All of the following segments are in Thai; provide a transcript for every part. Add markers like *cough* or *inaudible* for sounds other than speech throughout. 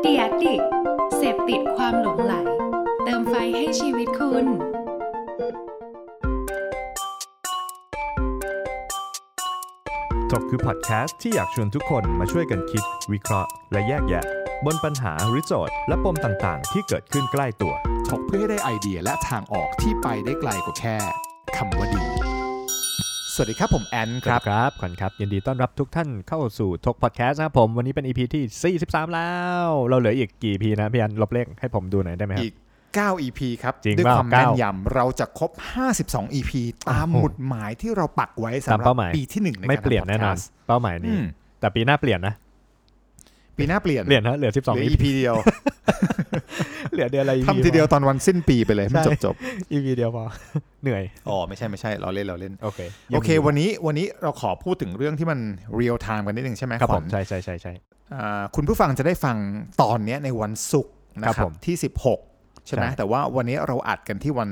เดียดดิกเสพติดความหลงไหล เติมไฟให้ชีวิตคุณ ถกคือพอดแคสต์ที่อยากชวนทุกคนมาช่วยกันคิด วิเคราะห์ และแยกแยะ บนปัญหาหรือโจทย์ และปมต่างๆ ที่เกิดขึ้นใกล้ตัว ถกเพื่อให้ได้ไอเดียและทางออกที่ไปได้ไกลกว่าแค่คำว่าดี สวัสดีครับผมแอนครับ ครับขวัญครับ ยินดีต้อนรับทุกท่านเข้าสู่ถกพอดแคสต์นะครับผม วันนี้เป็น EP ที่ 43 แล้ว เราเหลืออีกกี่ EP นะพี่อันลบเลขให้ผมดูหน่อยได้ไหมครั อี บ ก 9 EP ครับ จริง ด้วย เปล่า ความแม่น เก้าย ำเราจะครบ 52 EP ตาม โอ้โห หมุดหมายที่เราปักไว้สำ ตาม หรั เป้า บ หมาย ปีที่หนึ่งใน ไม่ การ เปลี่ยน ทำ แน่นอน podcast เป้าหมาย อื นี้ ม แต่ปีหน้าเปลี่ยนนะ ปีหน้าเปลี่ยน เปลี่ยนนะเหลือ เหลื 12 อ EP EP เดียว *laughs* เหลือเดือนอะไร EP ทำทีเดียวตอนวันสิ้นปีไปเลยมันจ ใช่ บจบ EP เดียวพอ *laughs* เหนื่อย อ๋อ ไม่ใช่ไม่ใช่เราเล่นเราเล่น โอเค โอเค วันนี้วันนี้เราขอพูดถึงเรื่องที่มันเรียลไทม์กันนิดนึงใช่ไหม ครับ ข ผ วั ม ญ ใช่ใช่ใช่ใช่ อ่าคุณผู้ฟังจะได้ฟังตอนเนี้ยในวันศุกร์นะ ค ค รับบรัผม ที่ 16 ใช่ไหม ใช่ แต่ว่าวันนี้เราอัดกันที่วัน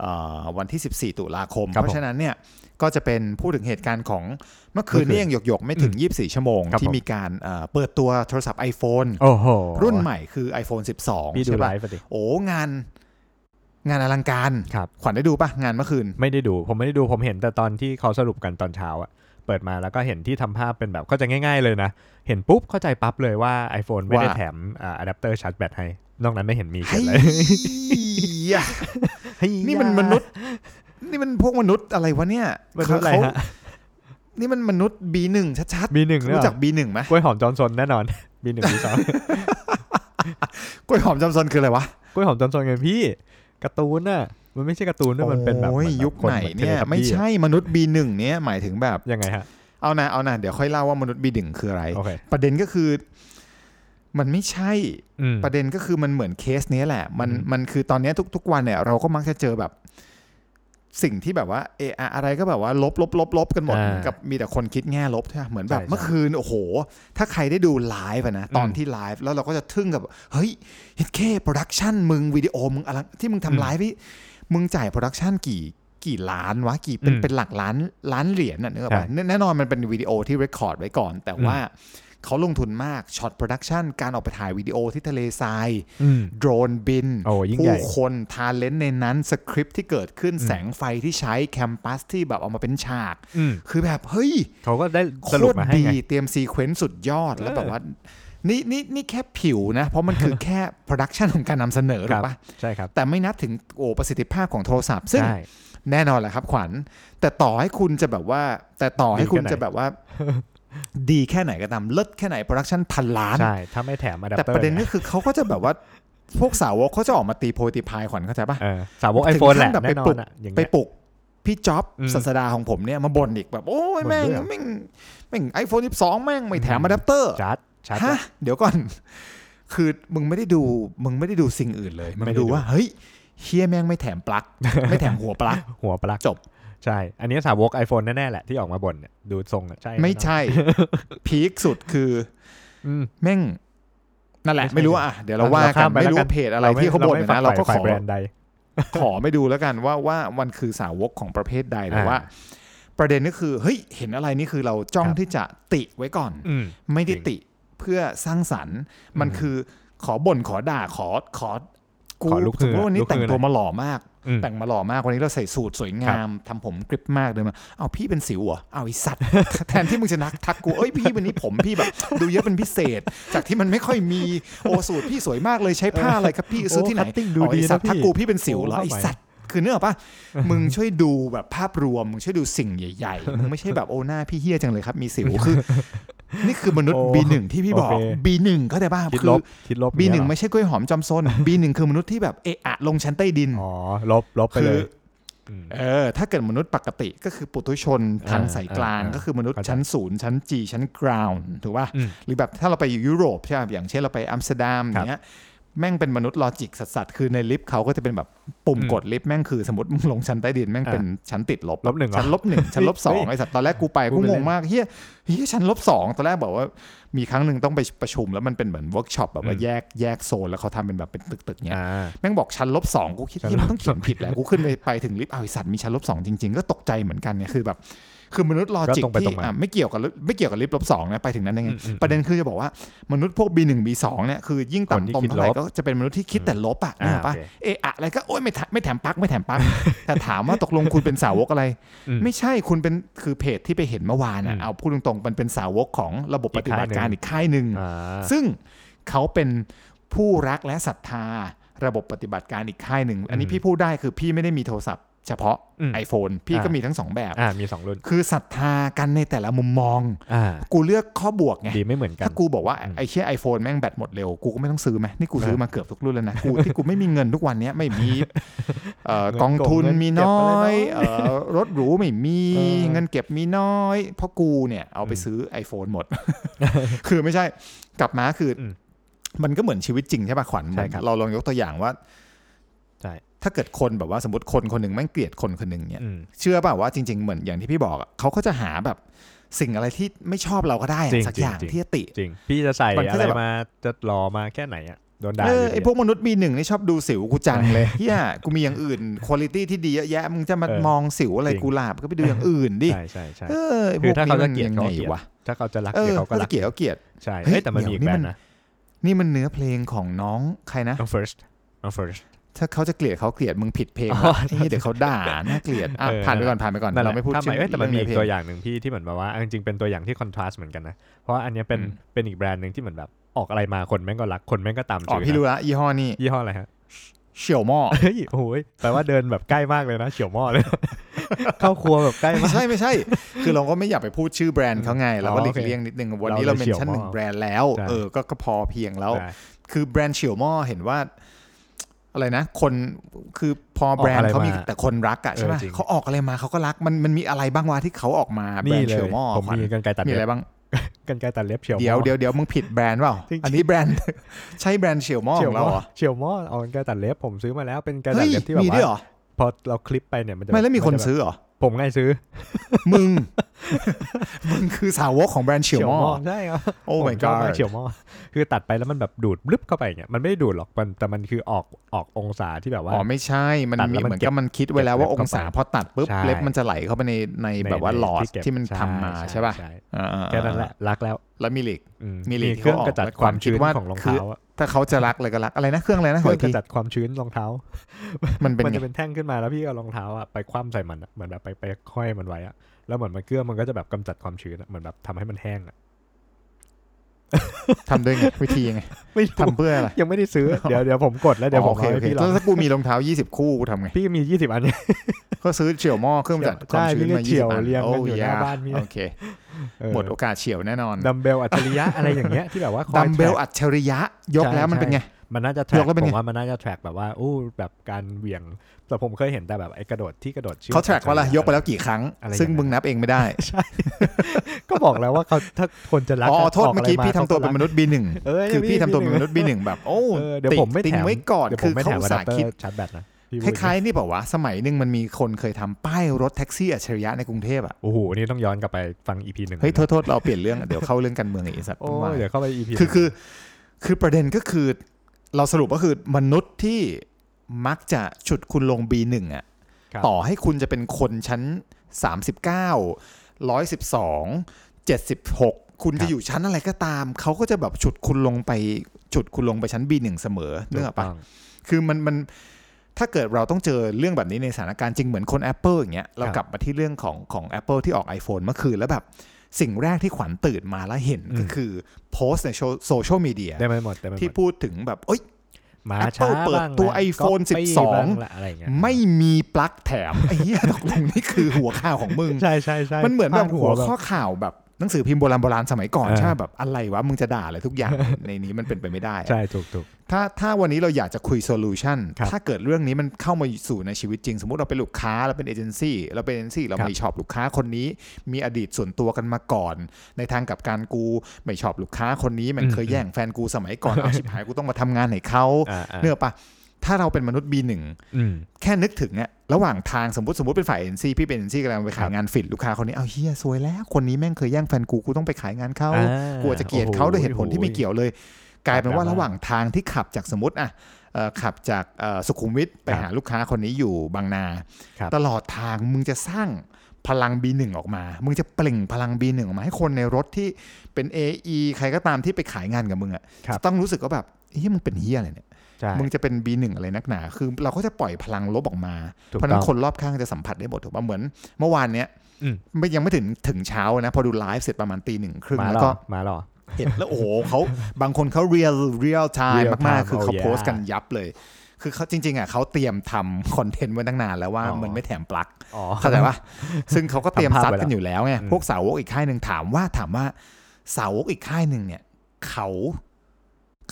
เอ่อวันที่ 14 ตุลาคม ครับ เพราะฉะนั้นเนี่ยก็จะเป็นพูดถึงเหตุการณ์ของเมื่อคืน เมื่อคืน นี้ยังหยกๆ ไม่ถึง 24 ชั่วโมง ครับ ที่ ผม มีการเอ่อเปิดตัวโทรศัพท์ iPhone โอ้โห รุ่นใหม่คือ iPhone 12 พี่ดู ใช่ ไล ปะ ฟ์ไปดิ โอ้งานงานอลังการ ครับ ขวัญได้ดูปะงานเมื่อคืน ไม่ได้ดูผมไม่ได้ดูผมเห็นแต่ตอนที่เขาสรุปกันตอนเช้าอะเปิดมาแล้วก็เห็นที่ทำภาพเป็นแบบเข้าใจง่าย ๆเลยนะ เห็นปุ๊บเข้าใจปั๊บเลยว่า iPhone ไม่ได้ ว่า แถมอะแดปเตอร์ชาร์จแบตให้ นอกนั้นไม่เห็นมีเกิดเฮ้ย เลยเฮ้ *laughs* ย นี่มันมนุษย์ นี่มันพวกมนุษย์อะไรวะเนี่ย มนุษย์อะไร เขา ฮะ นี่มันมนุษย์ B1 ชัด บีหนึ่ง ๆ เนี่ย รู้ เหร จั อก B1 ไหม กล้วยหอมจอห์นสันแน่นอน บีห *laughs* นึ่งบีสอง กล้วยหอมจำซอนคืออะไรวะ กล้วยหอมจอห์นสันไงพี่การ์ตูนน่ะมันไม่ใช่การ์ตูนด้วยมันเป็นแบบ โอ้ย เมือแบบ ยุคไหน มือ เนี่ย ทลทับบี้ ไม่ใช่มนุษย์ B1 เนี่ยหมายถึงแบบ ยังไงฮะ เอานะเอานะเดี๋ยวค่อยเล่าว่ามนุษย์ B1 คืออะไร โอเค ประเด็นก็คือ มันไม่ใช่ อืม ประเด็นก็คือมันเหมือนเคสเนี้ยแหละ มัน อืม มันคือตอนเนี้ยทุกทุกวันเนี่ย เราก็มักจะเจอแบบ สิ่งที่แบบว่าเอออะไรก็แบบว่าลบลบลบลบกันหมดเหมือนกับมีแต่คนคิดแง่ลบใช่ไหมเหมือนแบบเมื่อคืนโอ้โห ถ้าใครได้ดูไลฟ์อะนะตอนที่ไลฟ์แล้วเราก็จะทึ่งกับ เฮ้ยเฮดเคโปรดักชันมึงวิดีโอมึงอะไรที่มึง อืม ทำไลฟ์นี่มึงจ่ายโปรดักชันกี่กี่ล้านวะกี่เป็น อืม เป็นหลักล้านล้านเหรียญน่ะนึกออกปะ ใช่ แน่แน่นอนมันเป็นวิดีโอที่เรคคอร์ดไว้ก่อน แต่ อืม ว่าเขาลงทุนมากช็อตโปรดักชันการออกไปถ่ายวิดีโอที่ทะเลทราย อืม โดรนบิน โอ้ยิ่งใหญ่ ผู้คนทาเลนในนั้นสคริปต์ที่เกิดขึ้น อืม แสงไฟที่ใช้แคมปัสที่แบบเอามาเป็นฉาก อืม คือแบบ เฮ้ย เขาก็ได้ โค สรุป ตร มาให้ ดี ไง เตรียมซีเควนซ์สุดยอด แล้วแบบว่า นี่นี่นี่แค่ผิวนะ เพราะมันคือ แค่โปรดักชันของการนำเสนอ ค ถู รับ กปะ ใช่ครับ แต่ไม่นับถึงโอประสิทธิภาพของโทรศัพท์ ซึ่ง ใช่ แน่นอนแหละครับขวัญ แต่ต่อให้คุณจะแบบว่า แต่ต่อให้คุณ ดีแค่ไหน จะแบบว่า ดีแค่ไหนก็ตามเลิศแค่ไหนโปรดักชันพันล้าน ใช่ถ้าไม่แถมอะแดป แต่ เตอร์ ประเด็น เนี่ย ก็คือเขาก็จะแบบว่า พวกสาวกเขาจะออกมาตีโพยตีพายขวัญเข้าใจปะ เออสาวกไอ ถึง โฟนแหละ ขั้นแบบ แน่นอ ไปปลุ น ก อ่ะอย่าง ไป เงี้ย ปลุกพี่จ๊อบ อืม สัสดาของผมเนี่ยมาบ่นอีกแบบ โอ้ย บ่น แม่ง ด้วยเหรอ แม่งแม่งไอโฟนสิบสองแม่งไม่แถม อืม อะแดปเตอร์ ชาร์จชาร์จ ฮะเดี๋ยวก่อน คือมึงไม่ได้ดูมึงไม่ได้ดูสิ่งอื่นเลยมึง ไม่ได้ดู ดูว่า เฮ้ยเฮียแม่งไม่แถมปลั๊ก ไม่แถมหัวปลั๊ก หัวปลั๊ก จบ ใช่ อันนี้สาวก iPhone แน่ ๆ แหละที่ออกมาบ่นเนี่ยดูทรงอ่ะใช่ ไม่ แน่นอน ใช่ พีคสุดคือ อืม แม่งนั่นแหละ ไม่ใช่ ไม่รู้อ่ะเดี๋ยวเราว่า เรา กั ข้าม น ไป ไม่รู้ แล้วกัน เพจอะไรที่เขาบ่น ไม่ นะเราก็ ฝั ข ฝ่ย อ แบรนด์ใด ขอไม่ดูแล้วกันว่าว่ามันคือสาวกของประเภทใดแต่ อ่า ว่า ประเด็นก็คือเฮ้ยเห็นอะไรนี่คือเราจ้อง ครับ ที่จะติไว้ก่อน อืม ไม่ได้ จริง ติเพื่อสร้างสรรค์ มัน อืม คือขอบ่นขอด่าขอขอกู ขอลุก สมมติว่าวัน ลุ นี้ ก แต่งตัขึ้วนเลย มาหล่อมาก อืม แต่งมาหล่อมากวันนี้เราใส่สูทสวยงามทำผมกริบมากเดินมาเอาพี่เป็นสิวเหรอเอาไอสัตว์ *laughs* แทนที่มึงจะนักทักกูเอ้ยพี่วันนี้ผมพี่แบบ ดูเยอะเป็นพิเศษ จากที่มันไม่ค่อยมีโอสูทพี่สวยมากเลยใช้ผ้าอะไรครับพี่ซื้อที่ไหน โอ้ cutting ดู เอาไอ ดี สัต นะ ว์ พี่ ทักกูพี่เป็นสิวเหรอ โอ้ ไอ เข้าไป สัตว์คือเนื้ออกปะมึงช่วยดูแบบภาพรวมมึงช่วยดูสิ่งใหญ่ๆมึงไม่ใช่แบบโอหน้าพี่เฮี้ยจังเลยครับมีสิวคือ นี่คือมนุษย์ โอ้ B1 ที่พี่บอก โอเค B1 เข้าใจป่ะ คิด คื ล อ บคิดลบ บีหนึ่ เยเหงรอ ไม่ใช่กล้วยหอมจอมซน บีหนึ่งคือมนุษย์ที่แบบเอะอะลงชั้นใต้ดิน อ๋อ ลบลบไป คื เล อ ยม เออถ้าเกิดมนุษย์ปกติก็คือปุถุชนทางสายกลาง อ่าอ่า ก็คือมนุษย์ เข้าใจ ชั้นศูนย์ชั้นจีชั้นกราวน์ถูกป่ะ อืม หรือแบบถ้าเราไปอยู่ยุโรปใช่ป่ะอย่างเช่นเราไปอัมสเตอร์ดัม ครับ เนี้ยแม่งเป็นมนุษย์ลอจิกสัสๆคือในลิฟต์เขาก็จะเป็นแบบปุ่ม อืม กดลิฟต์แม่งคือสมมติมึงลงชั้นใต้ดินแม่ง อ่า เป็นชั้นติดลบ ลบหนึ่งเหรอ ชั้นลบหนึ่งชั้นลบสองไอ้สัตว์ตอนแรกกูไป พู กู ดไป ง เล่ ง น มากเฮีย เฮ้ยชั้นลบสองตอนแรกบอกว่ามีครั้งหนึ่งต้องไปประชุมแล้วมันเป็นเหมือนเวิร์กช็อปแบบว่า อืม แยกแยกโซนแล้วเขาทำเป็นแบบเป็นตึกๆเนี้ย อ่า แม่งบอกชั้นลบสองกูคิด ชั้น ที่ ลบ มันต้องเขียนผิดแหละกูขึ้นไปไปถึงลิฟต์เอาวไอ้สัตว์มีชั้นลบสองจริง ๆ ก็ตกใจเหมือนกันเนี่ยคือแบบ คือมนุษย์ลอจิก ก็ตรงไป ที่ ตรงมา อ่ะไม่เกี่ยวกับไม่เกี่ยวกับลิฟต์ลบสองนะไปถึงนั้นยังไง อืมอืม ประเด็นคือจะบอกว่ามนุษย์พวก B1 B2 เนี่ยคือยิ่ง คนที่ ต่ำตม คิด เท่าไหร่ ลบ ก็จะเป็นมนุษย์ที่คิดแต่ลบอ่ะ อ่า นี่ปะ โอเค เอะอะอะไรก็โอ๊ยไม่แถไม่แถมปลั๊กไม่แถม *laughs* ปลั๊ก แต่ถามว่าตกลงคุณเป็นสาวกอะไร อืม ไม่ใช่คุณเป็นคือเพจที่ไปเห็นเมื่อวานอ่ะ อืม เอาพูดตรงๆมันเป็นสาวกของระบบปฏิบัติการ อี อี ก ก ค่า ค่าย ย ห ห นึ่ นึ่ ง ง อ่า ซึ่งเขาเป็นผู้รักและศรัทธาระบบปฏิบัติการอีกค่ายหนึ่ง อันนี้ อืม พี่พูดได้คือพี่ไม่ได้มีโทรศัพท์เฉพาะ อืม iPhone พี่ก็มีทั้งสองแบบ อ่ามีสองรุ่น คือศรัทธากันในแต่ละมุมมอง อ่า กูเลือกข้อบวกไง ดีไม่เหมือนกัน ถ้ากูบอกว่า อืม ไอ้เชี่ยไอโฟนแม่งแบตหมดเร็ว กูก็ไม่ต้องซื้อไหมนี่กูซื้อ เออ มาเกือบทุกรุ่นแล้วนะ กูที่กูไม่มีเงินทุกวันเนี้ยไม่ *laughs* มีเอ่อ เงิน กองทุน เก็บ มี เก็บ น้ อะไรน้ออย ย เอ่อรถหรูไม่มี เออ เงินเก็บมีน้อย เพราะกูเนี่ยเอาไป อืม ซื้อ iPhone หมด *laughs* คือไม่ใช่กลับมาคืออ ม มันก็เหมือนชีวิตจริงใช่ป่ะขวัญ ใช่ครับ เราลองยกตัวอย่างว่า ใช่ ถ้าเกิดคนแบบว่าสมมติคนคนหนึ่งแม่งเกลียดคนคนหนึ่งเนี่ย อืม เชื่อเปล่าว่าจริงๆ เหมือนอย่างที่พี่บอกอะเขาก็จะหาแบบสิ่งอะไรที่ไม่ชอบเราก็ได้อะ จริง สักอย่าง จริง ที่จะติ จริง พี่จะใส่ มันก็ อะ จะ ไร แบบ มาจะหล่อมาแค่ไหนอ่ะโดนด่า เออยู่ ดี ไอพวกมนุษย์มีหนึ่งนี่ชอบดูสิวกูจัง *laughs* เลยเฮียกูมีอย่างอื่นคุณภาพที่ดีเยอะแยะมึงจะมา เออ มองสิวอะไร จริง กูหลาบก็ไปดูอย่างอื่นดิ ใช่ใช่ใช่ เออไพว คือถ้าเขาจะ นี้มัน เกลียด ง เขา ไง ก็เกลียด วะ ถ้าเขาจะรัก เอ เดี๋ อ ยวเขาก็ เขา รั จะ ก เกลียดเขาเกลียด ใช่ เฮ้ย เฮ้ยแต่มันมีอีก เดี๋ แบ ยว รนด์นี่มัน นะ นี่มันเนื้อเพลงของน้องใครนะ น้อง first น้อง first ถ้าเขาจะเกลียดเขาเกลียดมึงผิดเพลง อ๋อ แล้วเฮ้ยเดี๋ยวเขาด่าน่าเกลียดอ่ะ เออ ผ่านไปก่อนผ่านไปก่อน นั่นแห เรา ละ ไม่พูด ทำไม ชื่อ เอ้ยแต่มันมีอีก เรื่ ตั อ ว ง อย่างหนึ่งพี่ที่เหมือนแบบว่าเอาจริงๆเป็นตัวอย่างที่คอนทราสต์เหมือนกันนะ เพราะว่าอันเนี้ยเป็น อืม เป็นอีกแบรนด์หนึ่งที่เหมือนแบบออกอะไรมาคนแม่งก็รักคนแม่งก็ตาม อ๋อ จื่ พี่รู้ละยี่ห้อนี่ ยี่ห้ออะไรฮะ เฉียวหม้อ เฮ้ยโอ้ยแปลว่าเดินแบบใกล้มากเลยนะเฉียวหม้อเลย *laughs* เข้าครัวแบบใกล้ ไม่ มาก ใช่ไม่ใช่ คือเราก็ไม่อยากไปพูดชื่อแบรนด์เขาไงเราก็ อ๋อ หลี โอก เค เลี่ยงนิดนึงวันนี้เราเมนชั่นหนึ่งแบรนด์แล้ว ใช่ เออก็ก็พอเพียงแล้ว ใช่ คือแบรนด์เฉียวหม้อเห็นว่า อะไรนะ คนคือพอแบรน ออกอะ ด์ ไร เขามี มา แต่คนรักอะใช่ไหม เออจริง เขาออกอะไรมาเขาก็รักมันมันมีอะไรบ้างวะที่เขาออกมาแบร นี่ นด์ เล เฉียวย หม้อ ผม ขวัญ มีกันไกรตัด มีอะไร เล็บ บ้าง กันไกรตัดเล็บเฉียวหม้อ เดี๋ยวเดี๋ยวเดี๋ยวมึงผิดแบรนด์เปล่า จริงๆ อันนี้แบรนด์ *laughs* ใช่แบรนด์เฉียวหม้อ เฉี ข ยว อหงม้ เรา อ เหรอ เฉียวหม้อเอากันไกรตัดเล็บผมซื้อมาแล้วเป็นกันไกรตัดเฮ้ย เล็บที่แบบ มีด้วยเหร ว่า อ พอเราคลิปไปเนี่ยมันจะ ไม่แล้วมีคน จะบบ ซื้อเหรอ ผมไงซื้อ มึง *laughs* มึงคือสาวกของแบรนด์เฉียวหม้อ ใช่ครับ โอ้ ผม my ชอบมาก god เฉียวหมอ *laughs* คือตัดไปแล้วมันแบบดูดลึบเข้าไปอย่างเงี้ยมันไม่ได้ดูดหรอกมันแต่มันคือออกออกองศาที่แบบว่า อ๋อไม่ใช่มัน ตัด มี แล้วมัน เหมือน เก็บ กับมันคิดไว้แล้วว่าองศา เก็บเล็บเข้าไป พอตัดปุ๊บ ใช่ เล็บมันจะไหลเข้าไปในใน ใน แบบว่าหลอด เก็บ ที่มันทำมาใช่ป่ะ ใ อ่าๆ แค่นั้นแหละรักแล้ว แล้วมีเหล็ก อืม มี มี เหล็ก เครื่อง ที่เขาออก กระจัด ไว้ ความชื้น ความคิดว่า ของรองเท้าอะ ถ้าเขาจะรักเลยก็รักอะไรนะเครื่องอะไรนะ เค ขอ รื่อ อี งกกที ระจัดความชื้นรองเท้า มันเป็น มัน ไง จะเป็นแท่งขึ้นมาแล้วพี่เอารองเท้าอะไปคว่ำใส่มันอะเหมือนแบบไปไปค่อยมันไว้อะแล้วเหมือนมันเครื่องมันก็จะแบบกำจัดความชื้นอะเหมือนแบบทำให้มันแห้งอะ ทำด้วยไงวิธียังไง *laughs* ไม่รู้ ทำเพื่ออะไร ยังไม่ได้ซื้อ *laughs* เดี๋ยวเดี๋ยวผมกดแล้วเดี๋ยว อ๋ ผ อ ม โอเค เอา โอ ให้ เค พี่ล แล้ อง วถ้ากูมีรองเท้า 20 คู่กูทำไง พี่มียี่สิบอันเนี่ย ก็ซื้อเฉียวหม้อเครื่องจัดความชื้นใช่พี่มาก็เฉี่ 20 ยว อัน เรียง โอ้ กันอยู่หน้าย บ้านพี่นะ โอเค หมดโอกาสเฉียวแน่นอน ดัมเบลอัจฉริยะอะไรอย่างเงี้ยที่แบบว่าคอย ดัมเบล แทร็ก อัจฉริยะยก ใช่ แล้วมันเป็นไง ใช่ มันน่าจะแท ย ร็ ก ก แล้วเป็น ผ ไง มว่ามันน่าจะแทร็กแบบว่าอู้แบบการเหวี่ยง แต่ผมเคยเห็นแต่แบบไอ้กระโดดที่กระโดดชือก เขาแทร็กว่าละยกไปแล้วกี่ครั้ง อะไรอย่างนั้น ซึ่งมึงนับเองไม่ได้ ก็บอกแล้วว่าเขาถ้าคนจะรัก อ๋อโทษ กะ เมื่อกี้ ไร พี่ทำตัว ขาก็รักเป็นมนุษย์ B1 เอ้ย คือพี่ทำตัวเป็นม พี่ นุษย์บีหนึ่งแบบ โอ้ เออเดี๋ยว ติ่ง ผมไม่ ติ่ง แถม ไว้ก่อน เดี๋ยวผ คือ มไม่ เขา แถม อุต อะแดปสาห์ เตอ คิด ร์ชาร์จแบตนะพี่ ค พูด ล้ายๆนี่เปล่าวะสมัยหนึ่งมันมีคนเคยทำป้ายรถแท็กซี่อัจฉริยะในกรุงเทพอ่ะ โอ้โหอันนี่ต้องย้อนกลับไปฟังอีพีหนึ่ง เฮ้ยโทษโทษเราเปลี่ยนเรื่องเดี๋ยวเข้าเรื่องการเมืองอีกไอ้สัตว์ โอ้ ต้องว่าย เดี๋ยวเข้าไปอีพี คือคือคือประเด็นก็คือ เราสรุปก็คือมนุษย์ที่มักจะฉุดคุณลง B1 อ่ะต่อให้คุณจะเป็นคนชั้น 39 112 76 คุณจะอยู่ชั้นอะไรก็ตาม เขาก็จะแบบฉุดคุณลงไปฉุดคุณลงไปชั้น B1 เสมอเนื้อปะ คือมันมันถ้าเกิดเราต้องเจอเรื่องแบบนี้ในสถานการณ์จริงเหมือนคน Apple อย่างเงี้ยเรากลับมาที่เรื่องของของ Apple ที่ออก iPhone เมื่อคืนแล้วแบบสิ่งแรกที่ขวัญตื่นมาแล้วเห็นก็คือโพสต์ในโซเชียลมีเดีย ได้ไหมหมดได้ไหมหม ที่ ด พูดถึงแบบเอ้ย มา Apple ช้า เปิด บ้าง ตัว นะ iPhone copy 12 บ้างละอะไรอย่างเงี้ย ไม่มีปลั๊กแถม *laughs* ไอ้เหี้ยตกลงนี่คือหัวข่าวของมึง ใช่ใช่ใช่ มันเหมือนแบบ พาด หัว บบ ข้อข่าวแบบหนังสือพิมพ์โบราณโบราณสมัยก่อน เออ ใช่ไหมแบบอะไรวะมึงจะด่าอะไรทุกอย่าง ในนี้มันเป็นไปไม่ได้อะ ใช่ถูกถูก ถ้าถ้าวันนี้เราอยากจะคุยโซลูชัน ครับ ถ้าเกิดเรื่องนี้มันเข้ามาสู่ในชีวิตจริง สมมติเราเป็นลูกค้าเราเป็นเอเจนซี่เราเป็นเอเจนซี่เรา ครับ ไม่ชอบลูกค้าคนนี้ มีอดีตส่วนตัวกันมาก่อน ในทางกลับการกูไม่ชอบลูกค้าคนนี้ มันเคยแย่งแฟนกูสมัยก่อนเอาชิบหายกูต้องมาทำงานให้เขา อ่าๆ เนื้อปะ ถ้าเราเป็นมนุษย์ B1 อืม แค่นึกถึงอะระหว่างทางสมมติสมมติเป็นฝ่ายเอ็นซีพี่เป็นเอ็นซีกำลังไปขายงานฝิดลูกค้าคนนี้เอาเฮียซวยแล้ว คนนี้แม่งเคยแย่งแฟนกูกูต้องไปขายงานเขา อ่าก กลัวจะเกลียดเขาด้วยเหตุผลที่ไม่เกี่ยวเลย กลายเป็นว่าระหว่างทางที่ขับจากสมมติอะเอ่อขับจากเอ่อสุขุมวิทไป ครับ หาลูกค้าคนนี้อยู่บางนา ครับ ตลอดทางมึงจะสร้างพลัง B1 ออกมา มึงจะเปล่งพลัง B1 ออกมาให้คนในรถที่เป็น AE ใครก็ตามที่ไปขายงานกับมึงอะ ครับ จะต้องรู้สึกว่าแบบเฮ้ยมึงเป็นเฮียอะไรเนี่ย ใช่ มึงจะเป็น B1 อะไรนักหนา คือเราก็จะปล่อยพลังลบออกมา ถูก เพราะฉะนั้ ต้ น อง คนรอบข้างจะสัมผัสได้หมดถูกป่ะ เหมือนเมื่อวานเนี้ย อืม ไม่ยังไม่ถึงถึงเช้านะ พอดูไลฟ์เสร็จประมาณตีหนึ่งครึ่ง มา แล้ หร วก็ อมาหรอ เห็นแล้วโอ้โหเขาบางคนเขาเรียลเรียลไทม์ Real มาก time ๆ คือเขา โอ้ย โพสต์กันยับเลย คือเขาจริง ๆอ่ะเขาเตรียมทำคอนเทนต์ไว้ตั้งนานแล้วว่า อ๋อ มันไม่แถมปลั๊ก อ๋อ เข้าใจป่ะ ซึ่งเขาก็เตรียม ทำภาพ ซัด ไว้แล้ว กันอยู่แล้วไง อืม พวกสาวกอีกค่ายหนึ่งถามว่าถามว่าสาวกอีกค่ายหนึ่งเนี่ยเขา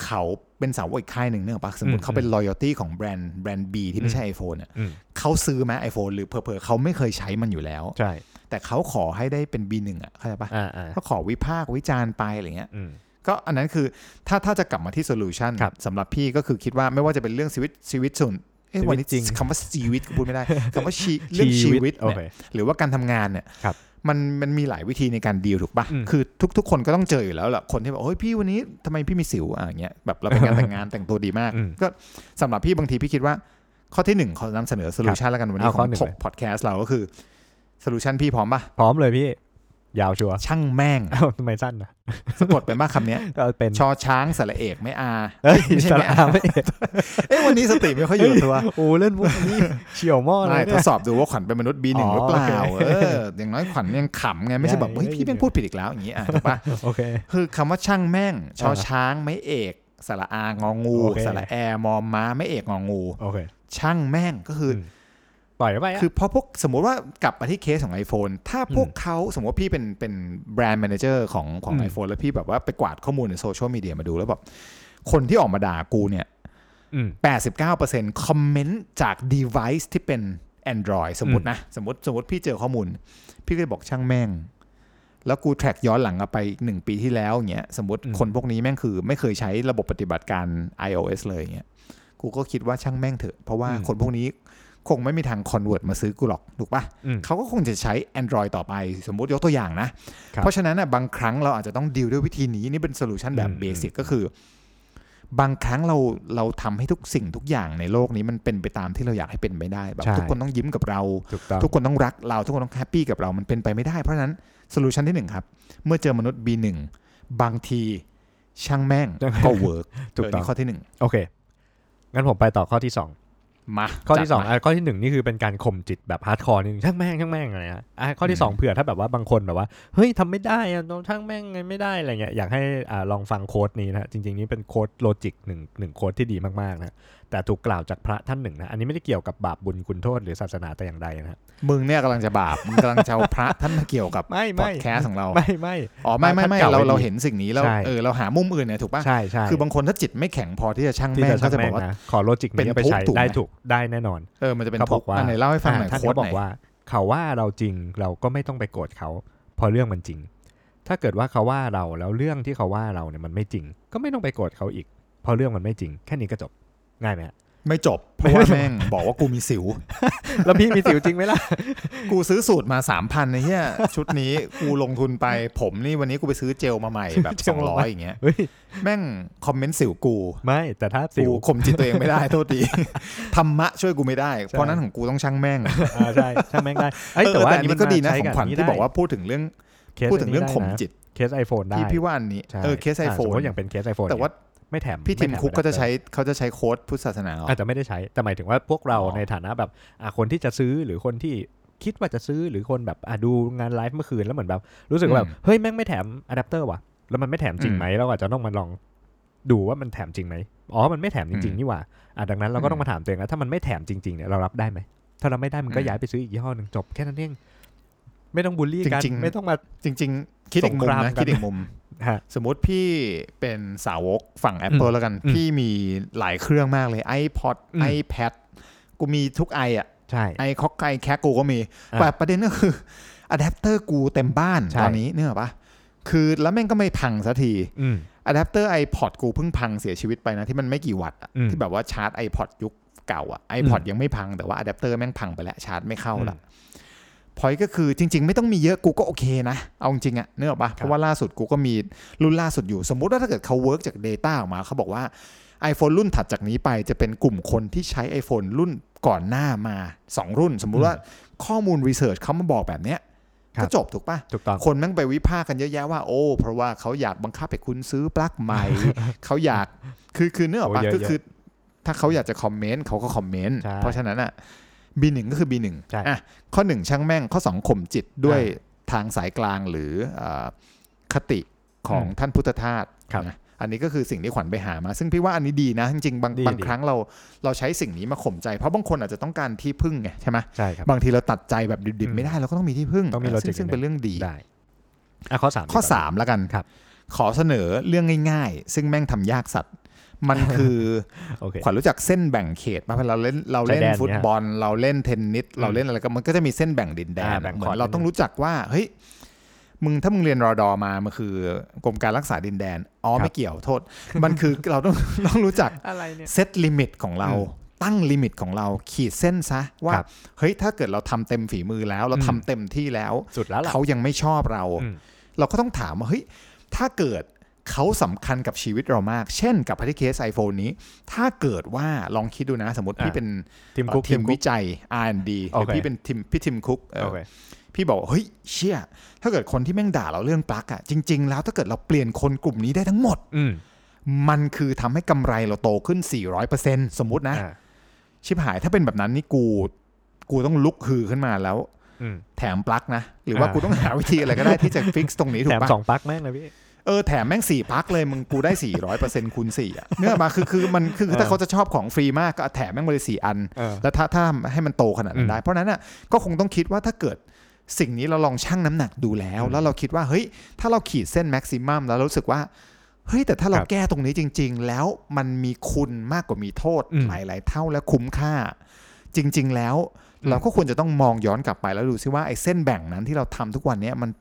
เขาเป็นสาวกอีกค่ายหนึ่งเนกอะปะสมมติเขาเป็น loyalty ของแบรนด์แบรนด์ B ที่ไม่ใช่ iPhone อะ อืม เขาซื้อมา iPhone หรือเผลอๆเขาไม่เคยใช้มันอยู่แล้ว ใช่ แต่เขาขอให้ได้เป็น B1 อ่ะเข้าใจปะ อ่าอ่า เขาขอวิพากษ์วิจารณ์ไปอะไรเงี้ย อืม ก็อันนั้นคือถ้าถ้าจะกลับมาที่โซลูชัน ครับ สำหรับพี่ก็คือคิดว่าไม่ว่าจะเป็นเรื่องชีวิตชีวิตส่วนเอ้ย ชีวิต วันนี้ จริง คำว่าชีวิตกูพู *laughs* ดไม่ได้คำว่าชีเรื่องชีวิต โอ เนี่ย เค หรือว่าการทำงานเนี่ย ครับ มันมันมีหลายวิธีในการดีลถูกปะ อืม คือทุก ๆ คนก็ต้องเจออยู่แล้วแหละคนที่แบบโอ้ยพี่วันนี้ทำไมพี่มีสิวอ่ะอย่างเงี้ยแบบเราไปงานแต่งงานแต่งตัวดีมาก อืม ก็สำหรับพี่บางทีพี่คิดว่า ข้อที่หนึ่งขอนำเสนอโซลูชันแล้วกันวันนี้ เอา ข ข้อ อง หนึ่ง ถ เล ก ย พอดแคสต์เราก็คือโซลูชันพี่พร้อมปะ พร้อมเลยพี่ ยาวชัวร์ ช่างแม่ง *laughs* เอ้าทำไมสั้นนะ สะกดไปมากคำเนี้ย ก็เป็น ชอช้างสระเอกไม่อา เอ้ย ไม่ใช่ สา ไม่อา ระไม่เอก เอ้ยวันนี้สติไม่ค่อยอยู่กับตัว โอ้เล่นมุกนี้เฉียวหม้อเล ไม่ ย ท เนี่ ด ย สอบดูว่าขวัญเป็นมนุษย์บีหนึ่ง อ๋อ หรือเปล่า โอเค เอออย่างน้อยขวัญยังขำไงไม่ใช่แบบเฮ้ย ได้ พี่แม่ง ได้ พูดผิดอีกแล้วอย่างงี้อ่ะถูกปะ โอเค คือคำว่าช่างแม่งชอ อ่า ช้างไม่เอกสระอางองู โอเค สระแอมอม้าไม่เอกงองู โอเค ช่างแม่งก็คืออ ม ปล่อยไปะ คือพอพวกสมมุติว่ากลับมาที่เคสของ iPhone ถ้าพวก อืม เขาสมมติว่าพี่เป็นเป็นแบรนด์แมเนเจอร์ของของ อืม iPhone แล้วพี่แบบว่าไปกวาดข้อมูลในโซเชียลมีเดียมาดูแล้วแบบคนที่ออกมาด่ากูเนี่ย อืม 89%คอมเมนต์จาก device ที่เป็น Android สมมตินะ สมมติสมมติพี่เจอข้อมูล พี่ก็เลยบอกช่างแม่ง แล้วกูแทร็กย้อนหลังเอาไปอีกหนึ่งปีที่แล้วอย่างเงี้ยสมมติ อืม คนพวกนี้แม่งคือ ไม่เคยใช้ระบบปฏิบัติการ iOS เลยอย่างเงี้ยกูก็คิดว่าช่างแม่งเถอะ เพราะว่าคนพวกนี้คงไม่มีทางคอนเวิร์ตมาซื้อกูหรอก ถูกปะ อืม เขาก็คงจะใช้ Android ต่อไป สมมุติยกตัวอย่างนะ ครับ เพราะฉะนั้นน่ะบางครั้งเราอาจจะต้องดีลด้วยวิธีนี้ นี่เป็นโซลูชันแบบ อืม เบสิกก็คือ บางครั้งเราเราทำให้ทุกสิ่งทุกอย่างในโลกนี้มันเป็นไปตามที่เราอยากให้เป็นไม่ได้แบบ ใช่ ทุกคนต้องยิ้มกับเรา ถูกต้อง ทุกคนต้องรักเรา ทุกคนต้องแฮปปี้กับเรา มันเป็นไปไม่ได้ เพราะฉะนั้นโซลูชันที่หนึ่งครับ เมื่อเจอมนุษย์ B1 บางทีช่างแม่งก็เวิร์ก ถูกต้อง นี่ข้อที่หนึ่ง โอเค งั้นผมไปต่อข้อที่สอง มา ข้อที่สอง จัดมา อ่ะข้อที่หนึ่งนี่คือเป็นการข่มจิตแบบฮาร์ดคอร์นิดนึงช่างแม่งช่างแม่งอะไรนะอ่ะข้อที่สอง อืม เผื่อถ้าแบบว่าบางคนแบบว่าเฮ้ยทำไม่ได้อ่ะต้องช่างแม่งไงไม่ได้อะไรเงี้ยอยากให้อ่าลองฟังโค้ดนี้นะฮะจริง ๆ นี่เป็นโค้ดโลจิกหนึ่งหนึ่งโค้ดที่ดีมากๆนะแต่ถูกกล่าวจากพระท่านหนึ่งนะอันนี้ไม่ได้เกี่ยวกับบาปบุญคุณโทษหรือศาสนาแต่อย่างใดนะฮะ มึงเนี่ยกำลังจะบาปมึงกำลังจะเอาพระท่านมาเกี่ยวกับ ไม่ พ ไม่ อดแคสต์ของเรา ไม่ไม่ อ๋อไม่ไม่ไม่ ถ้าเก่า เรา ไม่ดี เราเห็นสิ่งนี้แล้ว ใช่ เออเราหามุมอื่นเนี่ยถูกป่ะ ใช่ใช่ คือบางคนถ้าจิตไม่แข็งพอที่จะช่าง ที่ แม่ง จะ ก็ ช่าง จะบ แม่ องกว่า นะขอโลจิก เป็น นี้เอาไปใช้ ทุกข์ถูก ได้ถูกได้ไหมแน่นอน เออมันจะเป็น เขาบอทุก กข์ ว่า อันไหนเล่าให้ฟังหน่อย อ่าท่าน โค้ ก็ ด บ ไห อน กว่าเขาว่าเราจริงเราก็ไม่ต้องไปโกรธเขาเพอเรื่องมันจริง ถ้าเกิดว่าเขาว่าเราแล้วเรื่องที่เขาว่าเราเนี่ยมันไม่จริง ก็ไม่ต้องไปโกรธเขาอีกเพอเรื่องมันไม่จริง แค่นี้ก็จบง่ายไหมฮะ ไม่จบ เพ *laughs* ราะว่าแม่ง บอกว่ากูมีสิว แล้วพี่มีสิวจริงไหมล่ะ กูซื้อสูตรมาสามพันในเฮียชุดนี้กูลงทุนไปผมนี่วันนี้กูไปซื้อเจลมาใหม่แบบ เจ ส ล อง มา ร้ ให อ ม่ ยอย่างเงี้ย เฮ้ย แม่งคอมเมนต์สิวกู ไม่แต่ถ้าสิ กู ว ข่มจิตตัวเองไม่ได้ โทษ *laughs* ทีธรรมะช่วยกูไม่ได้ ใช่ เพราะนั้นของกูต้องช่างแม่ง อ่าใช่ช่างแม่งได้เอ้ย เอ แต่ อ ว่า แต่อันนี้ก็ดีนะ มั ขอ ใช้ งขวัญที่บอกว่าพูดถึงเรื่องพูดถึงเรื่องข่มจิต เคสไอโฟนได้ พี่พี่ว่าอันนี้ ใช่ เออเคสไอ อ่า โฟ สม น มติอย่างเป็นเคสไอโฟน แต่ว่า ไม่แถม พี่ ไแถ ทิมคุกก็จะใช้เขาจะใช้โค้ดพุทธศาสนาเหรอ อาจจะไม่ได้ใช้แต่หมายถึงว่าพวกเรา อ๋อ ในฐานะแบบอ่ะคนที่จะซื้อหรือคนที่คิดว่าจะซื้อหรือคนแบบอ่ะดูงานไลฟ์เมื่อคืนแล้วเหมือนแบบ รู้สึกว่าแบบเฮ้ยแม่งไม่แถมอะแดปเตอร์ว่ะแล้วมันไม่แถมจริงไหมเราอาจจะต้องมาลองดูว่ามันแถมจริงไหมอ๋อมันไม่แถมจริง อืม ๆนี่หว่าอ่ะดังนั้นเราก็ต้อง อืม มาถามตัวเองแล้วถ้ามันไม่แถมจริงๆเนี่ยเรารับได้ไหมถ้าเราไม่ได้มันก็ อืม ย้ายไปซื้ออีกยี่ห้อหนึ่งจบแค่นั้นเองไม่ต้องบูลลี่กัน จริงๆ ไม่ต้องมา จริง ๆ คิดอีกสมุมงครามกันนะคิดอีกมุม ฮะ สมมติพี่เป็นสาวกฝั่ง Apple แล้วกัน อืม พี่มีหลายเครื่องมากเลย iPod อืม iPad กูมีทุกไออะ ใช่ ไอคอกไอแคกูก็มี อ่ะ แต่ประเด็นก็คืออะแดปเตอร์กูเต็มบ้าน ใช่ ตอนนี้เนกอะปะคือแล้วแม่งก็ไม่พังสักที อืม ไอ อะแดปเตอร์ iPod กูเพิ่งพังเสียชีวิตไปนะ ที่มันไม่กี่วัตต์อะ อืม ที่แบบว่าชาร์จ iPod ยุคเก่าอะ iPod ยังไม่พังแต่ว่าอะแดปเตอร์แม่งพังไปแล้วชาร์จไม่เข้าละพอยก็คือจริง ๆ ไม่ต้องมีเยอะกูก็โอเคนะ เอาจริงๆอะเนื้ออกปะเพราะว่าล่าสุดกูก็มีรุ่นล่าสุดอยู่ สมมุติว่าถ้าเกิดเขาเวิร์กจาก Data ออกมาเขาบอกว่า iPhone รุ่นถัดจากนี้ไปจะเป็นกลุ่มคนที่ใช้ iPhone รุ่นก่อนหน้ามา 2 รุ่น สมมุติว่าข้อมูลรีเสิร์ชเขามาบอกแบบเนี้ย ครับ ก็จบถูกปะ ถูกต้อง คนแม่งไปวิพากษ์กันเยอะแยะว่าโอ้ เพราะว่าเขาอยากบังคับให้คุณซื้อปลั๊กใหม่ *laughs* เขาอยากคือคือเนื้อออกปะ โอ้เยอะ ก็คือ ถ้าเขาอยากจะคอมเมนต์เขาก็คอมเมนต์ ใช่ เพราะฉะนั้นอ่ะ B1 ก็คือ B1 ใช่ อ่ะข้อ 1 ช่างแม่งข้อ 2 ข่มจิตด้วยทางสายกลางหรือเอ่อคติของ อืม ท่านพุทธทาส ครับ นะอันนี้ก็คือสิ่งที่ขวัญไปหามา ซึ่งพี่ว่าอันนี้ดีนะ จริงๆบาง ดี บาง ดี ครั้งเราเราใช้สิ่งนี้มาข่มใจ เพราะบางคนอาจจะต้องการที่พึ่งไงใช่ไหม ใช่ครับ บางทีเราตัดใจแบบดิบ อื ๆ ม ไม่ได้เราก็ต้องมีที่พึ่ง ต้องมี logic ซึ่ซึ่องยู่ใน เป็นเรื่องดี ได้อ่ะข้อสาม ข้อ ดีกว่ 3 แล้วกัน ครับ ขอเสนอเรื่องง่ายๆ ซึ่งแม่งทำยากสัตว์ มันคือ โอเค ขวัญรู้จักเส้นแบ่งเขตป่ะเราเล่นเราเล่ ชาย น แดน ฟุตบอล เราเล่นเทนนิสเราเล่นอะไรก็มันก็จะมีเส้นแบ่งดินแดน อ่าแบ่ง เหมื ขอ อบ นเราต้องรู้จักว่าเฮ้ยมึงถ้ามึงเรียนรอดอมามันคือกรมการรักษาดินแดนอ๋อ ครับ ไม่เกี่ยวโทษ มันคือเราต้อง *laughs* ต้องรู้จัก อะไรเนี่ย เซตลิมิตของเรา อื ตั้งลิมิตของเราขีดเส้นซะว่า ครับ เฮ้ยถ้าเกิดเราทำเต็มฝีมือแล้ว เรา อืม ทำเต็มที่แล้ว สุดแล้วล่ะ เขายังไม่ชอบเรา อืม เราก็ต้องถามว่าเฮ้ยถ้าเกิดเขาสำคัญกับชีวิตเรามาก เช่นกับพัทเคส iPhone นี้ ถ้าเกิดว่าลองคิดดูนะ สมมติพี่ อ่า เป็น ทีม เอ่อ คุก ที ทีมมคุ วิ ก จัย R&D หรือ โอเค พี่เป็นทีมพี่ทีมคุกเอ่อ โอเค พี่บอกว่าเฮ้ยเชี่ย ถ้าเกิดคนที่แม่งด่าเราเรื่องปลั๊กอะจริง ๆ แล้วถ้าเกิดเราเปลี่ยนคนกลุ่มนี้ได้ทั้งหมด อืม มันคือทำให้กำไรเราโตขึ้น 400%สมมตินะ อ่า ชิบหายถ้าเป็นแบบนั้นนี่กูกูต้องลุกฮือขึ้นมาแล้ว อืม แถมปลั๊กนะ หรือว่า อ่า กูต้องหาวิธีอะไรก็ได้ที่จะฟิกตรงนี้ถู แถ ก ม ปะ สองปลั๊กแม่งเลยพี่ เออแถมแม่งสี่พักเลยมึงกูได้สี่ร้อยเปอร์เซ็นต์คูณสี่อ่ะเนื้อมาคือคือมันคือคือเอถ้าอ เขาจะชอบของฟรีมากก็แถมแม่งไปเลยสี่อัน เออ แล้วถ้าถ้าให้มันโตขนาดอืนั้น ม ได้ เพราะฉะนั้นอ่ะก็คงต้องคิดว่าถ้าเกิดสิ่งนี้เราลองชั่งน้ำหนักดูแล้ว อืม แล้วเราคิดว่าเฮ้ยถ้าเราขีดเส้นแม็กซิมัมแล้วรู้สึกว่าเฮ้ยแต่ถ้าเรา ครับ แก้ตรงนี้จริง ๆ แล้วมันมีคุณมากกว่ามีโทษ อืม หลายๆเท่าและคุ้มค่า จริง ๆ แล้ว เราก็ควรจะต้องมองย้อนกลับไปแล้วดูซิว่าไอ้เส้นแบ่งนั้นที่เราทำทุกวันเนี้ยมัน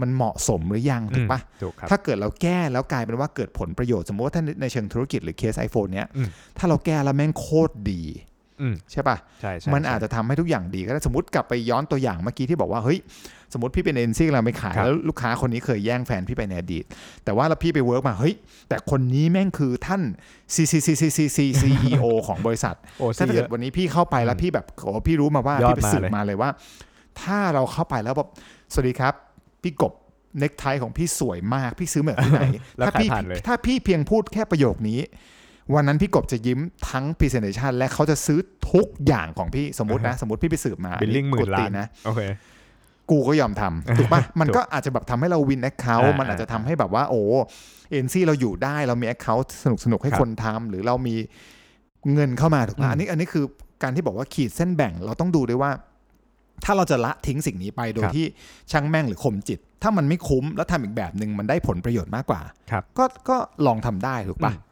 มันเหมาะสมหรือยังถูกปะ อืม ถูกครับ ถ้าเกิดเราแก้แล้วกลายเป็นว่าเกิดผลประโยชน์ สมมติว่าถ้าในเชิงธุรกิจหรือเคส iPhone เนี้ย อืม ถ้าเราแก้แล้วแม่งโคตรดี อืม ใช่ปะ ใช่ใช่ มันอาจ ใช่ จะทำให้ทุกอย่างดีก็ได้สมมติกลับไปย้อนตัวอย่างเมื่อกี้ที่บอกว่าเฮ้ยสมมติพี่เป็นเอ็นซี่เราไปขาย ครับ แล้วลูกค้าคนนี้เคยแย่งแฟนพี่ไปในอดีต แต่ว่าแล้วพี่ไปเวิร์กมาเฮ้ยแต่คนนี้แม่งคือท่าน C C C C C C C E O ของบริษัท โอ้ ถ้า ซีเย เกิด อะ วันนี้พี่เข้าไปแล้วพี่แบบโอ้พี่รู้มาว่าย อด พี่ไปสืบ มาเลย มาเลยว่า ถ้าเราเข้าไปแล้วแบบสวัสดีครับ พี่กบเน็กไทของพี่สวยมาก พี่ซื้อมาจากที่ไหน แล้ว ถ้า ขาย พี่ ผ่านเลย ถ้าพี่เพียงพูดแค่ประโยคนี้ วันนั้นพี่กบจะยิ้มทั้ง presentation และเขาจะซื้อทุกอย่างของพี่สมมตินะ สมมติพี่ไปสืบมา บิลลิ่งหมื่นล้าน กูตีนะ โอเค กูก็ยอมทำถูกปะมัน ถูก ก็อาจจะแบบทำให้เราวินแอคเคา อ่า ท์มันอาจจะทำให้แบบว่าโอ้เอ็นซี่เราอยู่ได้เรามีแอคเคาท์สนุกสนุกๆให้ ครับ คนทำหรือเรามีเงินเข้ามาถูก อื ปะ ม อันนี้อันนี้คือการที่บอกว่าขีดเส้นแบ่งเราต้องดูด้วยว่า ถ้าเราจะละทิ้งสิ่งนี้ไปโดย ครับ ที่ช่างแม่งหรือข่มจิต ถ้ามันไม่คุ้มแล้วทำอีกแบบหนึ่งมันได้ผลประโยชน์มากกว่า ครับ ก็ก็ลองทำได้ถูกปะ อืม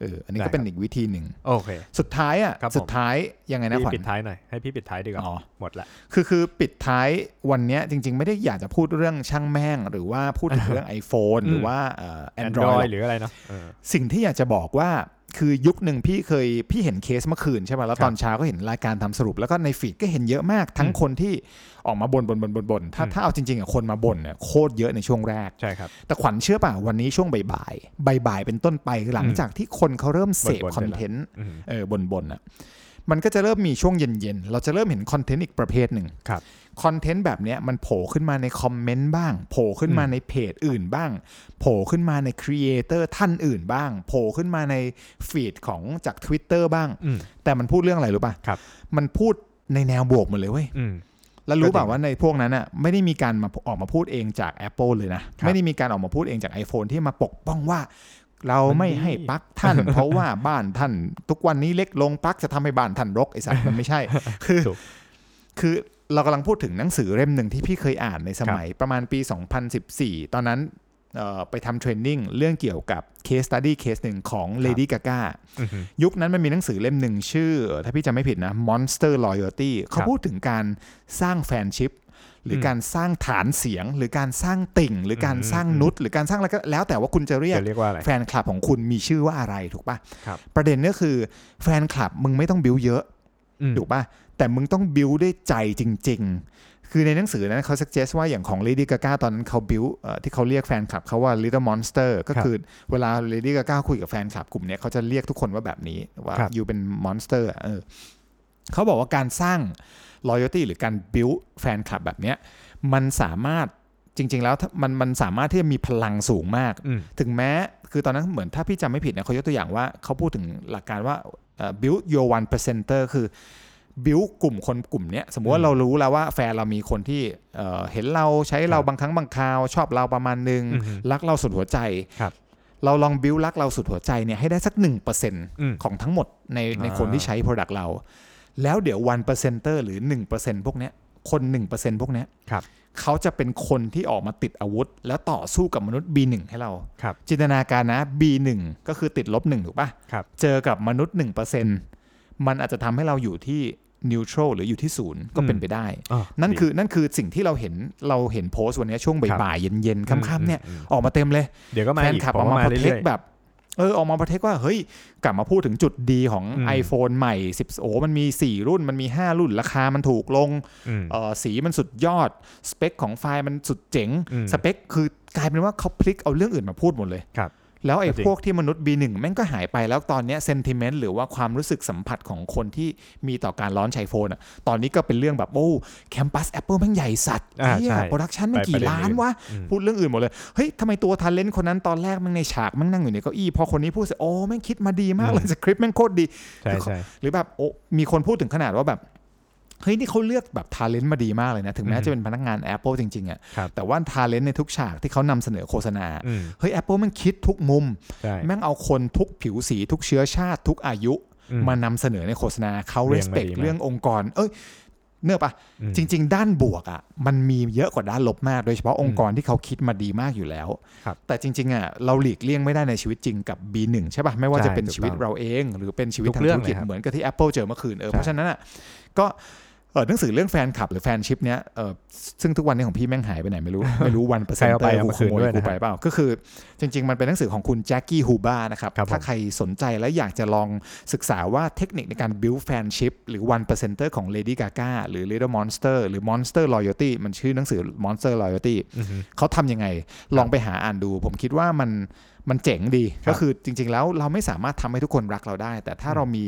เอออันนี้ ได้ ก็เป็น ครับ อีกวิธีหนึ่ง โอเค สุดท้ายอ่ะ ครับผม สุดท้ายยังไงนะ พี่ ขวัญ ปิดท้ายหน่อยให้พี่ปิดท้ายดีกว่า อ๋อ หมดละ คือคือปิดท้ายวันเนี้ยจริง ๆ ไม่ได้อยากจะพูดเรื่องช่างแม่ง หรือว่าพูดถึงเรื่อง iPhone อืม หรือว่าแอนดรอย Android ห ห รอก รืออะไรเนาะเออ สิ่งที่อยากจะบอกว่าคือยุคหนึ่งพี่เคยพี่เห็นเคสเมื่อคืนใช่ไหมแล้ควรับ ตอนเช้าก็เห็นรายการทำสรุป แล้วก็ในฟีดก็เห็นเยอะมากทั้ง อืม คนที่ออกมาบนบนบนบนบนถ้า อืม ถ้าเอาจริงๆอ่ะคนมาบนเนี่ยโคตรเยอะในช่วงแรก ใช่ครับ แต่ขวัญเชื่อป่ะวันนี้ช่วงบ่ายๆบ่ายๆเป็นต้นไปหลัง อืม จากที่คนเขาเริ่มเสพ บ่นๆ คอน ไปละ เทนต์ อืม เออบนบนอ่ะมันก็จะเริ่มมีช่วงเย็นๆ เราจะเริ่มเห็นคอนเทนต์อีกประเภทหนึ่ง ครับ คอนเทนต์แบบเนี้ยมันโผล่ขึ้นมาในคอมเมนต์บ้างโผล่ขึ้นมา อืม ในเพจอื่นบ้าง โผล่ขึ้นมาในครีเอเตอร์ท่านอื่นบ้าง โผล่ขึ้นมาในฟีดของจาก Twitter บ้าง อืม แต่มันพูดเรื่องอะไรรู้ป่ะ ครับ มันพูดในแนวบวกหมดเลยเว้ย อืม แล้วรู้เปล่า ก็จริง ว่าในพวกนั้นอ่ะไม่ได้มีการมาออกมาพูดเองจาก Apple เลยนะ ครับ ไม่ได้มีการออกมาพูดเองจาก iPhone ที่มาปกป้องว่า เรามไม่ นดี ให้ปลั๊ก *laughs* ท่าน เพราะว่าบ้านท่าน ทุกวันนี้เล็กลงปลั๊กจะทำให้บ้านท่านรกไอ้สัต *laughs* ว์มันไม่ใช่ คือ ถูก คือเรากำลังพูดถึงหนังสือเล่มหนึ่งที่พี่เคยอ่านในสมัยประมาณปี 2014 ตอนนั้นเอ่อไปทำเทรนนิ่งเรื่องเกี่ยวกับเคสตัดดี้เคสหนึ่งของ Lady Gaga อืม ยุคนั้นมันมีหนังสือเล่มหนึ่งชื่อ ถ้าพี่จำไม่ผิดนะ Monster Loyalty เขา ครับ พูดถึงการสร้างแฟนชิพ หรือการสร้างฐานเสียง หรือการสร้างติ่ง หรือการสร้างนุษหรือการสร้างอะไรก็แล้วแต่ว่าคุณจะเรียก จะเรียกว่าอะไร แฟนคลับของคุณมีชื่อว่าอะไรถูกปะ ครับ ประเด็นก็คือแฟนคลับมึงไม่ต้องบิวเยอะ อืม ถูกป่ะ แต่มึงต้องบิวด้วยใจจริง ๆ คือในหนังสือนั้นเขา suggest ว่าอย่างของ Lady Gaga ตอนนั้นเขาบิวเอ่อที่เขาเรียกแฟนคลับเขาว่า Little Monster ก็คือเวลา Lady Gaga คุยกับแฟนคลับกลุ่มเนี้ยเขาจะเรียกทุกคนว่าแบบนี้ว่า ครับ อยู่เป็น Monster อะเออเขาบอกว่าการสร้าง loyalty หรือการบิวแฟนคลับแบบเนี้ยมันสามารถจริง ๆ แล้วถ้ามันมันสามารถที่จะมีพลังสูงมาก อืม ถึงแม้คือตอนนั้นเหมือนถ้าพี่จำไม่ผิดนะเขายกตัวอย่างว่าเขาพูดถึงหลักการว่าเอ่อ build your one percenter คือ build กลุ่มคนกลุ่มเนี้ยสมมติ อื ว่าม เรารู้แล้วว่าแฟนเรามีคนที่เอ่อเห็นเราใช้เรา ครับ บางครั้งบางคราว ชอบเราประมาณหนึง อือฮึ รักเราสุดหัวใจ ครับ เราลอง build รักเราสุดหัวใจเนี่ยให้ได้สัก อืม 1%ของทั้งหมดในใน อ่า คนที่ใช้ product เรา แล้วเดี๋ยว one percenter หรือ 1%พวกเนี้ยคน 1%พวกเนี้ย ครับ เขาจะเป็นคนที่ออกมาติดอาวุธ แล้วต่อสู้กับมนุษย์ B1 ให้เรา ครับ จินตนาการนะ B1 ก็คือติดลบ1ถูกปะ ครับ เจอกับมนุษย์ 1%มันอาจจะทำให้เราอยู่ที่นิวทรัลหรืออยู่ที่ศูนย์ก็เป็นไปได้ อ่ะ นั่น ดี คือนั่นคือสิ่งที่เราเห็นเราเห็นโพสต์วันนี้ช่วงบ่ายๆเย็นๆค่ำๆเนี่ย อืมอืม ออกมาเต็มเลย เดี๋ยวก็มา แฟน อีก คลับ ผ ออก ว่ มา มา โปรเท เรื่ ค อย แบบ เออออกมาโปรเทคว่าเฮ้ยกลับมาพูดถึงจุดดีของ อืม iPhone ใหม่ 10 โอ้มันมี 4 รุ่นมันมี 5 รุ่นราคามันถูกลง ๆอืม เอ่อสีมันสุดยอด สเปคของไฟล์มันสุดเจ๋ง อืม สเปคคือกลายเป็นว่าเขาพลิกเอาเรื่องอื่นมาพูดหมดเลย ครับ แล้วไอ้ จริง พวกที่มนุษย์ B1 แม่งก็หายไปแล้วตอนเนี้ยเซนติเมนต์หรือว่าความรู้สึกสัมผัสของคนที่มีต่อการร้อนใช้โฟนอ่ะตอนนี้ก็เป็นเรื่องแบบโอ้แคมปัส Apple แม่งใหญ่สัตว์ อ่า เฮีย ใช่ โปรดักชันมัน ไป กี่ล้านวะ อืม พูดเรื่องอื่นหมดเลย เฮ้ยทำไมตัวทันเลนคนนั้นตอนแรกแม่งในฉากแม่งนั่งอยู่ในเก้าอี้พอคนนี้พูดเสร็จโอ้แม่งคิดมาดีมากเลยสคริปต์แม่งโคตรดี ใช่ใช่ หรือแบบโอ้มีคนพูดถึงขนาดว่าแบบ เฮ้ย นี่เขาเลือกแบบทาเลนต์มาดีมากเลยนะ ถึงแม้ อือฮึ จะเป็นพนักงาน Apple จริง ๆอะ ครับ แต่ว่าทาเลนต์ในทุกฉากที่เขานำเสนอโฆษณา อืม เฮ้ย Apple มันคิดทุกมุม ใช่ แม่งเอาคนทุกผิวสีทุกเชื้อชาติทุกอายุ อืม มานำเสนอในโฆษณาเขา เรียงมา respect ดีมาก เรื่ององค์กร เอ้ยเนื้อะปะ อืม จริง ๆ ด้านบวกอะมันมีเยอะกว่าด้านลบมาก โดยเฉพาะองค์กรที่เขาคิดมาดีมากอยู่แล้ว ครับ แต่จริงๆอะเราหลีกเลี่ยงไม่ได้ในชีวิตจริงกับ B1 ใช่ปะไม่ว่า ใช่ จะเป็น ถูก ชีวิต ต้อง เราเอง หรือเป็นชีวิต ทุ ทาก ง เรื่อง ธุรกิจ เลยครับ เหมือนกับที่ Apple เจอเมื่อคืนเออ ใช่ เพราะฉะนั้นอะก็เออหนังสือเรื่องแฟนคลับหรือแฟนชิพเนี้ยเออซึ่งทุกวันนี้ของพี่แม่งหายไปไหนไม่รู้ ไม่รู้วันเปอ *laughs* ร์ใคร เซ็นต์ เอาไปเอา กู มา ข คืน โมย ด้วย กู นะ ไปเปล่าก็คือ จริง ๆ มันเป็นหนังสือของคุณแจ็คกี้ฮูบ้านะครับ ครับผม ถ้าใครสนใจและอยากจะลองศึกษาว่าเทคนิคในการ build fanship หรือ one percenter ของ Lady Gaga หรือ Little Monster หรือ Monster Loyalty มันชื่อหนังสือ Monster Loyalty อือฮึ เขาทำยังไงลองไปหาอ่านดู ผมคิดว่ามันมันเจ๋งดี ครับ ก็คือจริง ๆ แล้วเราไม่สามารถทำให้ทุกคนรักเราได้ แต่ถ้าเรามี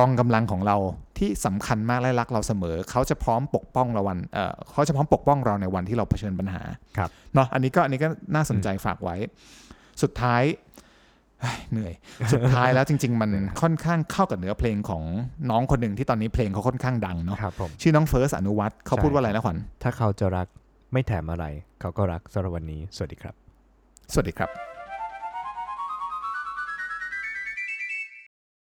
กองกำลังของเราที่สำคัญมากและรักเราเสมอ เขาจะพร้อมปกป้องเราวันเอ่อเขาจะพร้อมปกป้องเราในวันที่เราเผชิญปัญหา ครับ เนาะอันนี้ก็อันนี้ก็น่าสนใจฝากไว้ สุดท้าย *sighs* เฮ้ยเหนื่อย สุดท้ายแล้วจริง ๆ มันค่อนข้างเข้ากับเนื้อเพลงของน้องคนหนึ่งที่ตอนนี้เพลงเขาค่อนข้างดังเนาะ ครับผม ชื่อน้องเฟิร์สอนุวัตรเขา ใช่ พูดว่าอะไรนะขวัญ ถ้าเขาจะรักไม่แถมอะไร เขาก็รักสำหรับวันนี้ สวัสดีครับ สวัสดีครับ